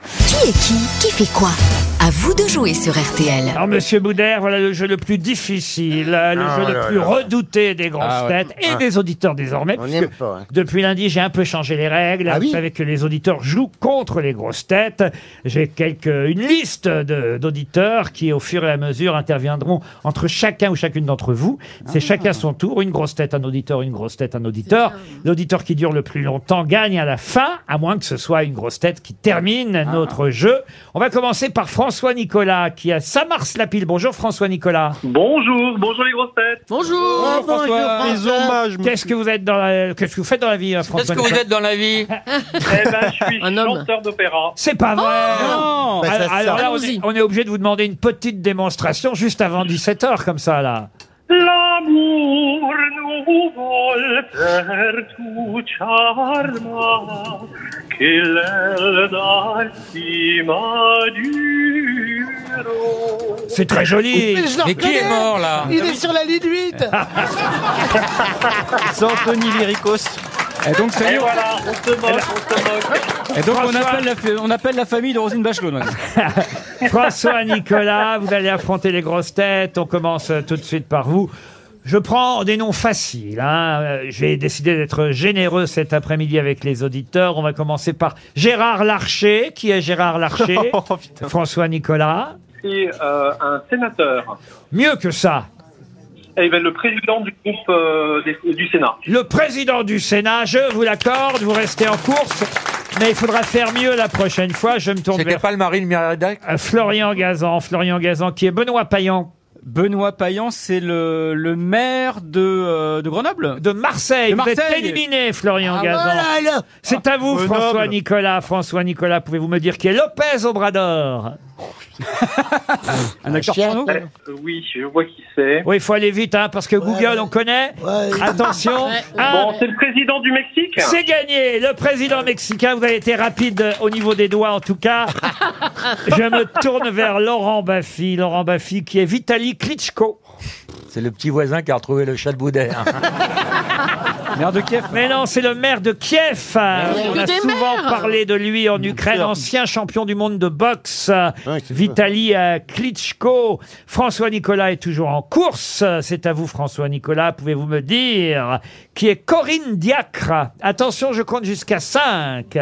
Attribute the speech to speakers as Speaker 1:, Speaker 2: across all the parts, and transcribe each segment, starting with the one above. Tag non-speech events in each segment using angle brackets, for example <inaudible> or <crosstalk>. Speaker 1: Qui est qui Qui fait quoi À vous de jouer sur RTL.
Speaker 2: Alors, monsieur Boudère, voilà le jeu le plus difficile, euh, le
Speaker 3: Ah,
Speaker 2: jeu
Speaker 3: oh
Speaker 2: le
Speaker 3: là
Speaker 2: plus
Speaker 3: là.
Speaker 2: redouté des grosses
Speaker 4: Ah, ouais.
Speaker 2: têtes et des auditeurs désormais.
Speaker 3: On
Speaker 2: puisque
Speaker 3: n'aime pas, hein.
Speaker 2: Depuis lundi, j'ai un peu changé les règles.
Speaker 3: Ah
Speaker 2: Vous
Speaker 3: oui
Speaker 2: savez que les auditeurs jouent contre les grosses têtes. J'ai quelques, une liste de- d'auditeurs qui, au fur et à mesure, interviendront entre chacun ou chacune d'entre vous. C'est
Speaker 3: Ah.
Speaker 2: chacun son tour. Une grosse tête, un auditeur, une grosse tête, un auditeur. L'auditeur qui dure le plus longtemps gagne à la fin, à moins que ce soit une grosse tête qui
Speaker 3: Ah.
Speaker 2: termine notre jeu. On va commencer par François Nicolas, qui a Samars-la-Pile. Bonjour François Nicolas.
Speaker 5: Bonjour, bonjour les grosses têtes.
Speaker 2: Oh,
Speaker 4: Bonjour, François.
Speaker 6: Les hommages.
Speaker 2: Qu'est-ce que vous êtes dans la- qu'est-ce que vous faites dans la vie, euh, François
Speaker 4: Qu'est-ce que vous
Speaker 2: Nicolas
Speaker 4: êtes dans la vie
Speaker 5: Eh ben, je
Speaker 6: <laughs>
Speaker 5: suis
Speaker 6: Un homme.
Speaker 5: chanteur d'opéra.
Speaker 2: C'est pas vrai
Speaker 4: Non
Speaker 3: Bah, ça
Speaker 2: alors,
Speaker 3: sort.
Speaker 2: alors là, on
Speaker 6: Allons-y.
Speaker 2: est, on est obligé de vous demander une petite démonstration juste avant 17h, comme ça, là.
Speaker 5: L'amour nous vole per tu charma che l'altima duro.
Speaker 2: C'est très
Speaker 3: <laughs>
Speaker 2: joli
Speaker 4: Mais qui est mort là Ah.
Speaker 6: Il est sur la ligne 8
Speaker 3: C'est Anthony Lyricos.
Speaker 7: Et donc, ça y
Speaker 5: Et
Speaker 7: est,
Speaker 5: voilà, on se moque, on se moque.
Speaker 7: et donc on,
Speaker 2: François.
Speaker 7: appelle la, fa- on appelle la famille de Rosine Bachelot. maintenant.
Speaker 2: François, Nicolas, vous allez affronter les grosses têtes. On commence euh, tout de suite par vous. Je prends des noms faciles. hein. Euh, J'ai décidé d'être généreux cet après-midi avec les auditeurs. On va commencer par Gérard Larcher. Qui est Gérard Larcher
Speaker 3: <laughs> Oh, putain.
Speaker 2: François Nicolas.
Speaker 5: C'est euh, un sénateur.
Speaker 2: Mieux que ça,
Speaker 5: Eh ben, le président du groupe euh, des- du Sénat.
Speaker 2: le président du Sénat, je vous l'accorde, vous restez en course, mais il faudra faire mieux la prochaine fois. Je me tourne
Speaker 4: C'était
Speaker 2: vers
Speaker 4: pas le mari de Miriam
Speaker 2: euh, Florian Gazan, Florian Gazan qui est Benoît Payan
Speaker 7: Benoît Payan, c'est le, le maire de, euh, de Grenoble
Speaker 2: de Marseille.
Speaker 7: De
Speaker 2: Vous êtes
Speaker 7: Marseille. Ah,
Speaker 2: éliminé, Florian Gazan.
Speaker 6: Voilà, là.
Speaker 2: C'est à vous,
Speaker 7: Grenoble.
Speaker 2: François Nicolas. François Nicolas, pouvez-vous me dire qui est Lopez Obrador
Speaker 7: Un acteur porno
Speaker 5: Eh, euh, oui, je vois qui c'est.
Speaker 2: Oui, il faut aller vite, hein, parce que Google, on connaît.
Speaker 6: Ouais.
Speaker 2: Attention.
Speaker 6: Ouais, ouais.
Speaker 2: Un,
Speaker 5: Bon, c'est le président du Mexique.
Speaker 2: C'est gagné. Le président mexicain, vous avez été rapide euh, au niveau des doigts en tout cas. Je me tourne vers Laurent Baffy. Laurent Baffy qui est Vitali Klitschko.
Speaker 4: C'est le petit voisin qui a retrouvé le chat de Boudère.
Speaker 7: Maire de Kiev
Speaker 2: Mais non, c'est le maire de Kiev. Euh,
Speaker 6: Ah oui.
Speaker 2: On a
Speaker 6: Des
Speaker 2: souvent
Speaker 6: maires.
Speaker 2: parlé de lui en Ukraine, ancien champion du monde de boxe.
Speaker 6: Ah
Speaker 2: euh,
Speaker 3: Ouais, c'est
Speaker 2: Vitali euh, Klitschko. François Nicolas est toujours en course. Euh, C'est à vous, François Nicolas. Pouvez-vous me dire qui est Corinne Diacre Attention, je compte jusqu'à 5.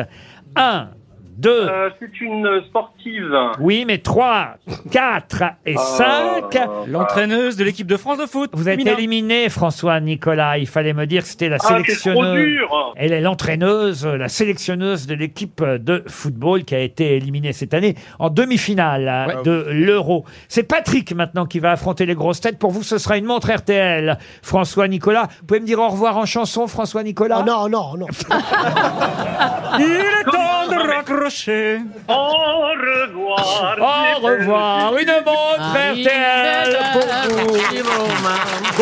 Speaker 2: 1, 2,
Speaker 5: Euh, c'est une sportive. Ah,
Speaker 2: Oui, mais 3, 4 et 5.
Speaker 5: Euh,
Speaker 7: L'entraîneuse de l'équipe de France de foot.
Speaker 2: Vous êtes
Speaker 7: féminin.
Speaker 2: éliminé, François Nicolas. Il fallait me dire que c'était la
Speaker 5: Ah, c'est trop
Speaker 2: sélectionneuse.
Speaker 5: dur
Speaker 2: Elle est l'entraîneuse, la sélectionneuse de l'équipe de football qui a été éliminée cette année en demi-finale hein,
Speaker 7: Ouais.
Speaker 2: de l'Euro. C'est Patrick maintenant qui va affronter les grosses têtes. Pour vous, ce sera une montre RTL. François Nicolas, vous pouvez me dire au revoir en chanson, François Nicolas
Speaker 6: Oh non, non,
Speaker 2: <laughs>
Speaker 6: non.
Speaker 7: Il est temps de raccrocher.
Speaker 5: Au revoir
Speaker 2: Au revoir, une montre RTL pour vous.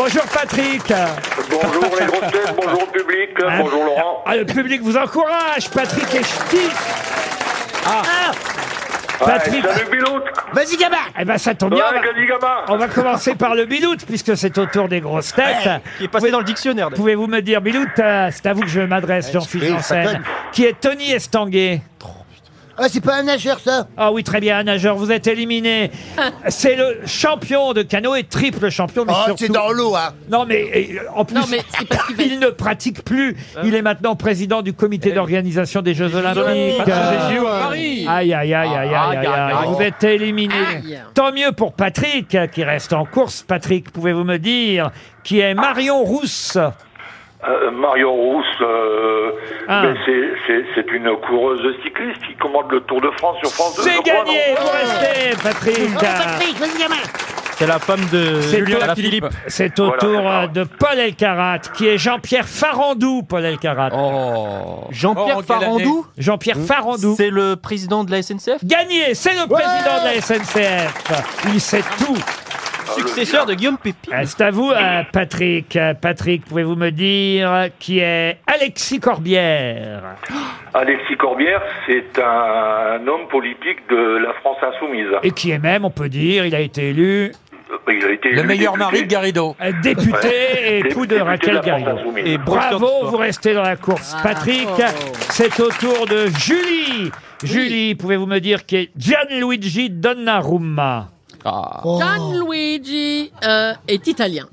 Speaker 2: Bonjour Patrick. Hein
Speaker 8: Bonjour les grosses têtes, bonjour public, bonjour Laurent.
Speaker 2: Ah, le public vous encourage, Patrick et Ch'ti. Ah. Patrick,
Speaker 8: Ouais, salut Bilout
Speaker 6: Vas-y, gamin
Speaker 2: eh ben ça tombe
Speaker 8: Ouais,
Speaker 2: bien. on va-
Speaker 8: Gabi Gama
Speaker 2: On va commencer par le Bilout, puisque c'est au tour des grosses têtes.
Speaker 3: Qui est passé dans le dictionnaire. d'ailleurs.
Speaker 2: Pouvez-vous me dire, Bilout, euh, c'est à vous que je m'adresse, Jean-Philippe
Speaker 3: prie, ça
Speaker 2: Janssen,
Speaker 3: cogne.
Speaker 2: qui est Tony Estanguet.
Speaker 6: Ah, c'est pas un nageur, ça
Speaker 2: Ah oui, très bien, nageur, vous êtes éliminé. C'est le champion de canoë, triple champion, mais
Speaker 6: Oh, c'est
Speaker 2: surtout-
Speaker 6: dans l'eau, hein
Speaker 2: Non, mais euh, en plus, il ne pratique plus. Il est maintenant président du comité d'organisation Hein Eh des Jeux Olympiques.
Speaker 7: J'ai
Speaker 2: Euh,
Speaker 7: JO à Paris.
Speaker 2: Aïe, aïe, aïe, aïe, aïe, aïe, aïe. Vous êtes éliminé. Tant mieux pour Patrick, euh, qui reste en course. Patrick, pouvez-vous me dire qui est Marion Rousse
Speaker 8: Euh, Marion Rousse, euh,
Speaker 2: Ah.
Speaker 8: ben, c'est- c'est c'est une coureuse cycliste qui commande le Tour de France sur France 2. je
Speaker 2: C'est
Speaker 8: crois,
Speaker 2: gagné,
Speaker 8: non
Speaker 2: vous restez, Patrick.
Speaker 6: Oh, Patrick, vas-y, gamin
Speaker 3: C'est la femme de
Speaker 2: C'est
Speaker 3: Julien
Speaker 2: toi,
Speaker 3: Philippe.
Speaker 2: C'est au
Speaker 8: Voilà,
Speaker 2: tour
Speaker 8: d'accord.
Speaker 2: euh, de Paul Elkarat, qui est Jean-Pierre Farandou, Paul Elkarat.
Speaker 4: Oh
Speaker 7: Jean-Pierre
Speaker 4: Oh, en quelle année
Speaker 7: Farandou
Speaker 2: Jean-Pierre Farandou.
Speaker 3: C'est le président de la SNCF
Speaker 2: Gagné, c'est le président de la SNCF. Il sait tout.
Speaker 8: Euh,
Speaker 3: Successeur de Guillaume Pépi.
Speaker 2: Euh, C'est à vous, euh, Patrick. Euh, Patrick, pouvez-vous me dire euh, qui est Alexis Corbière
Speaker 8: Alexis Corbière, c'est un homme politique de la France Insoumise.
Speaker 2: Et qui est même, on peut dire, il a été élu.
Speaker 8: Euh, Il a été
Speaker 4: Le
Speaker 8: élu
Speaker 4: meilleur
Speaker 8: député.
Speaker 4: mari de Garrido.
Speaker 2: Euh, Député et
Speaker 8: Dé-
Speaker 2: époux de
Speaker 8: député la
Speaker 2: Raquel
Speaker 8: France
Speaker 2: Garrido.
Speaker 8: Insoumise.
Speaker 3: Et Bravo,
Speaker 2: Bravo, vous restez dans la course,
Speaker 6: Ah,
Speaker 2: Patrick.
Speaker 6: bravo.
Speaker 2: C'est au tour de Julie. Julie, pouvez-vous me dire qui est Gianluigi Donnarumma
Speaker 7: Ah.
Speaker 6: Oh.
Speaker 9: Gianluigi euh, est italien.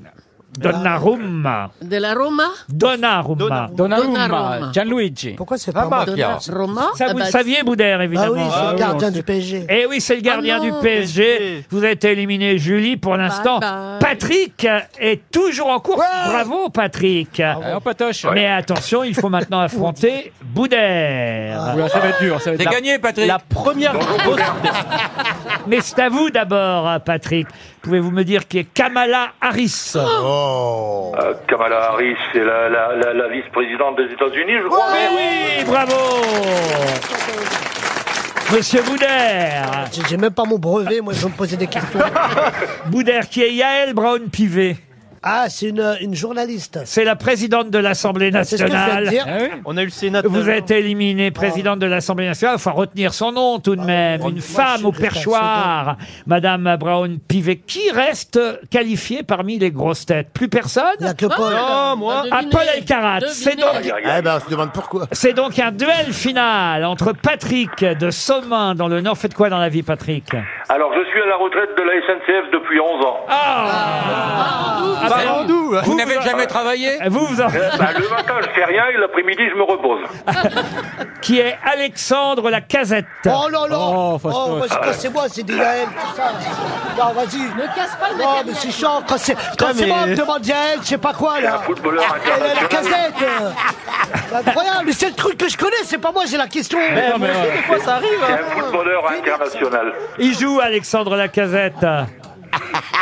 Speaker 2: Donnarumma.
Speaker 9: De la Roma
Speaker 2: Donnarumma.
Speaker 9: Donnarumma.
Speaker 7: Donnarumma, Gianluigi.
Speaker 6: Pourquoi c'est
Speaker 4: Ah
Speaker 6: pas
Speaker 4: bah,
Speaker 6: moi
Speaker 9: Donnarumma. Roma.
Speaker 2: Ça,
Speaker 9: ah
Speaker 2: vous
Speaker 9: bah,
Speaker 2: le saviez, Boudère,
Speaker 6: Ah oui,
Speaker 2: évidemment.
Speaker 6: c'est le
Speaker 7: oui,
Speaker 6: gardien
Speaker 7: on
Speaker 6: du PSG.
Speaker 2: Eh oui, c'est le gardien
Speaker 9: Ah non,
Speaker 2: du PSG.
Speaker 3: PSG.
Speaker 2: Vous avez été éliminé, Julie,
Speaker 6: Bah,
Speaker 2: pour l'instant.
Speaker 9: bye.
Speaker 2: Patrick est toujours en course. Bravo, Patrick.
Speaker 6: Ah
Speaker 7: Allez, on patoche.
Speaker 2: Mais attention, il faut
Speaker 6: <laughs>
Speaker 2: maintenant affronter
Speaker 6: Ah.
Speaker 2: Boudère.
Speaker 7: Oula, ça va être dur, ça va être
Speaker 4: T'es
Speaker 7: la-
Speaker 4: gagné, Patrick.
Speaker 3: La première grosse tête.
Speaker 2: Mais c'est à vous d'abord, Patrick. Pouvez-vous me dire qui est Kamala Harris
Speaker 6: Oh,
Speaker 8: Euh, Kamala Harris, c'est la, la, la, la vice-présidente des États-Unis, je crois.
Speaker 2: Mais Eh oui, bravo Monsieur Boudère
Speaker 6: J'ai j'ai même pas mon brevet, moi, je vais me poser des questions.
Speaker 2: Boudère qui est Yael Brown-Pivet.
Speaker 6: Ah, c'est une, une journaliste.
Speaker 2: C'est la présidente de l'Assemblée
Speaker 6: C'est ce que je viens de
Speaker 2: nationale.
Speaker 6: dire.
Speaker 7: Ah oui.
Speaker 3: On a eu le Sénat. tout à
Speaker 2: Vous
Speaker 3: l'heure.
Speaker 2: êtes éliminée présidente de l'Assemblée nationale. Il faut retenir son nom tout de même.
Speaker 6: oui,
Speaker 2: Une
Speaker 6: moi,
Speaker 2: femme
Speaker 6: je-
Speaker 2: au
Speaker 6: je- je-
Speaker 2: perchoir. Madame Brown-Pivet. Qui reste qualifiée parmi les grosses têtes Plus personne
Speaker 6: La
Speaker 9: Ah.
Speaker 6: clopole.
Speaker 7: Oh.
Speaker 3: Non, moi.
Speaker 9: Devinez,
Speaker 2: Apple Alcarat. Ah, C'est
Speaker 9: Oh, devinez.
Speaker 2: donc
Speaker 8: Aïe, aïe, aïe.
Speaker 10: Eh ben, on se demande pourquoi.
Speaker 2: C'est donc un duel final entre Patrick de Sommin dans le Nord. Faites quoi dans la vie, Patrick
Speaker 8: Alors, je suis à la retraite de la SNCF depuis 11 ans.
Speaker 2: Ah, bah,
Speaker 4: Vous n'avez jamais travaillé
Speaker 2: Vous, vous en-
Speaker 8: Eh ben, le matin, je fais rien et l'après-midi, je me repose.
Speaker 2: qui est Alexandre Lacazette.
Speaker 6: Oh là là
Speaker 7: Oh, faut se
Speaker 6: Oh, moi, c'est- quand c'est moi, c'est des Yael, tout ça. Non, vas-y.
Speaker 9: Ne casse pas le
Speaker 6: Oh, mais
Speaker 9: matériel.
Speaker 6: c'est chiant. Quand c'est quand c'est moi, on me demande Yael, je sais pas quoi,
Speaker 8: C'est un
Speaker 6: là.
Speaker 8: footballeur
Speaker 6: Ah. Elle a la
Speaker 8: international.
Speaker 6: casette. euh. C'est Incroyable, mais c'est le truc que je connais, c'est pas moi, j'ai la question.
Speaker 7: Non, mais, ouais.
Speaker 3: Des fois, ça arrive.
Speaker 8: C'est
Speaker 3: hein.
Speaker 8: un footballeur international.
Speaker 2: Il joue Alexandre Lacazette.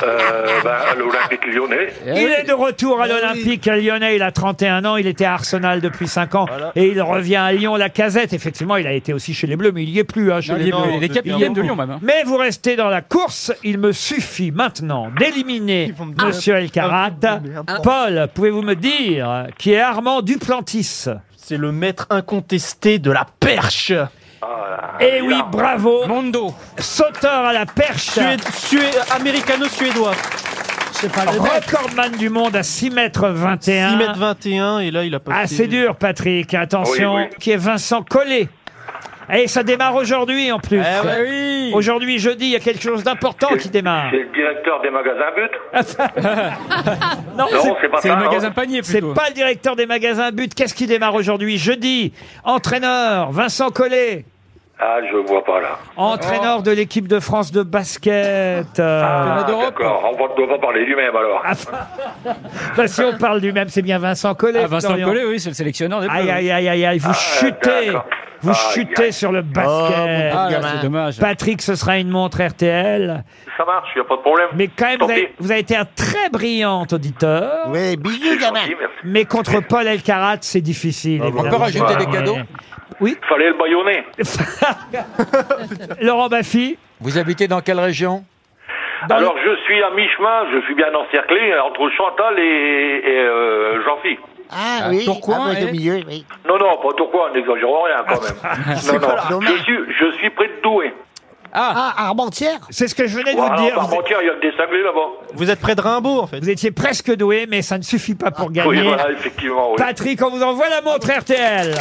Speaker 8: Euh, ben, à l'Olympique lyonnais.
Speaker 3: Eh
Speaker 2: Il est de retour à l'Olympique lyonnais. Il a 31 ans. Il était à Arsenal depuis 5 ans. Et il revient à Lyon Lacazette. Effectivement, il a été aussi chez les Bleus, mais il y est plus. hein, chez
Speaker 7: Non,
Speaker 2: les
Speaker 7: il est
Speaker 2: Bleus.
Speaker 7: bleu, il est capitaine de Lyon, même. hein.
Speaker 2: Mais vous restez dans la course. Il me suffit maintenant d'éliminer
Speaker 3: Ils vont me dire-
Speaker 2: Monsieur Elkarat.
Speaker 3: Ah, merde.
Speaker 2: Paul, pouvez-vous me dire qui est Armand Duplantis
Speaker 3: C'est le maître incontesté de la perche.
Speaker 8: Ah,
Speaker 2: Eh oui, bravo.
Speaker 7: Mondo.
Speaker 2: Sauteur à la perche.
Speaker 3: Sué- sué- Américano-suédois.
Speaker 6: C'est pas le mec.
Speaker 2: Recordman du monde à 6 mètres
Speaker 3: 6 m
Speaker 2: 21.
Speaker 3: 21 et là, il a pas
Speaker 2: Ah,
Speaker 3: fait-
Speaker 2: c'est dur, Patrick. Attention.
Speaker 8: Oui, oui.
Speaker 2: Qui est Vincent Collet. Et ça démarre aujourd'hui en plus.
Speaker 3: Eh ouais,
Speaker 7: Ah bah oui.
Speaker 2: Aujourd'hui, jeudi, il y a quelque chose d'important qui démarre.
Speaker 7: <laughs>
Speaker 8: C'est le directeur des magasins But.
Speaker 2: Non,
Speaker 8: Non, c'est pas
Speaker 7: C'est
Speaker 8: ça.
Speaker 7: le magasin
Speaker 8: non.
Speaker 7: panier
Speaker 2: c'est
Speaker 7: plutôt.
Speaker 2: pas le directeur des magasins But. Qu'est-ce qui démarre aujourd'hui Jeudi, entraîneur, Vincent Collet.
Speaker 8: Ah, je vois pas là.
Speaker 2: Entraîneur de l'équipe de France de basket. Euh,
Speaker 8: Ah,
Speaker 7: d'Europe.
Speaker 8: d'accord. On ne doit pas parler lui-même alors.
Speaker 2: bah, si on parle du même, c'est bien Vincent Collet.
Speaker 7: Ah, Vincent
Speaker 2: Florian.
Speaker 7: Collet, oui, c'est le sélectionneur des
Speaker 2: Aïe,
Speaker 7: Bleus.
Speaker 2: aïe, aïe, aïe, aïe, vous chutez,
Speaker 8: Ah, d'accord. Ah,
Speaker 2: vous
Speaker 8: Aïe,
Speaker 2: chutez
Speaker 8: aïe.
Speaker 2: sur le
Speaker 10: Oh,
Speaker 2: basket.
Speaker 7: Ah, là, c'est dommage.
Speaker 2: Patrick, ce sera une montre RTL.
Speaker 8: Ça marche, il n'y a pas de problème.
Speaker 2: Mais quand même,
Speaker 8: Tant
Speaker 2: vous avez,
Speaker 8: pis.
Speaker 2: vous avez été un très brillant auditeur.
Speaker 10: Oui,
Speaker 8: C'est
Speaker 10: bisous, gamin.
Speaker 8: gentil, merci.
Speaker 2: Mais contre Paul Elkarat, c'est difficile. évidemment.
Speaker 4: On peut rajouter des cadeaux
Speaker 8: Fallait le baïonner.
Speaker 2: Laurent Baffy,
Speaker 4: Vous habitez dans quelle région
Speaker 8: Alors, je suis à mi-chemin, je suis bien encerclé entre Chantal et, et euh, Jean-Phi.
Speaker 10: Ah
Speaker 7: Ah,
Speaker 10: oui,
Speaker 7: Tourcoing,
Speaker 10: ah, ouais,
Speaker 7: eh.
Speaker 10: au milieu, oui.
Speaker 8: Non, non, pas Tourcoing, n'exagérons rien
Speaker 2: <laughs>
Speaker 8: quand même. non, non, je suis, je suis près de Douai.
Speaker 6: Ah, Armentière
Speaker 2: c'est ce que je venais de vous
Speaker 8: Voilà,
Speaker 2: dire.
Speaker 8: par
Speaker 2: Vous,
Speaker 8: mentir, il y a que des cinglés là-bas.
Speaker 3: Vous êtes près de Rimbaud, en fait.
Speaker 2: vous étiez presque doué, mais ça ne suffit pas pour gagner.
Speaker 8: Oui, voilà, effectivement, oui.
Speaker 2: Patrick, on vous envoie la montre RTL.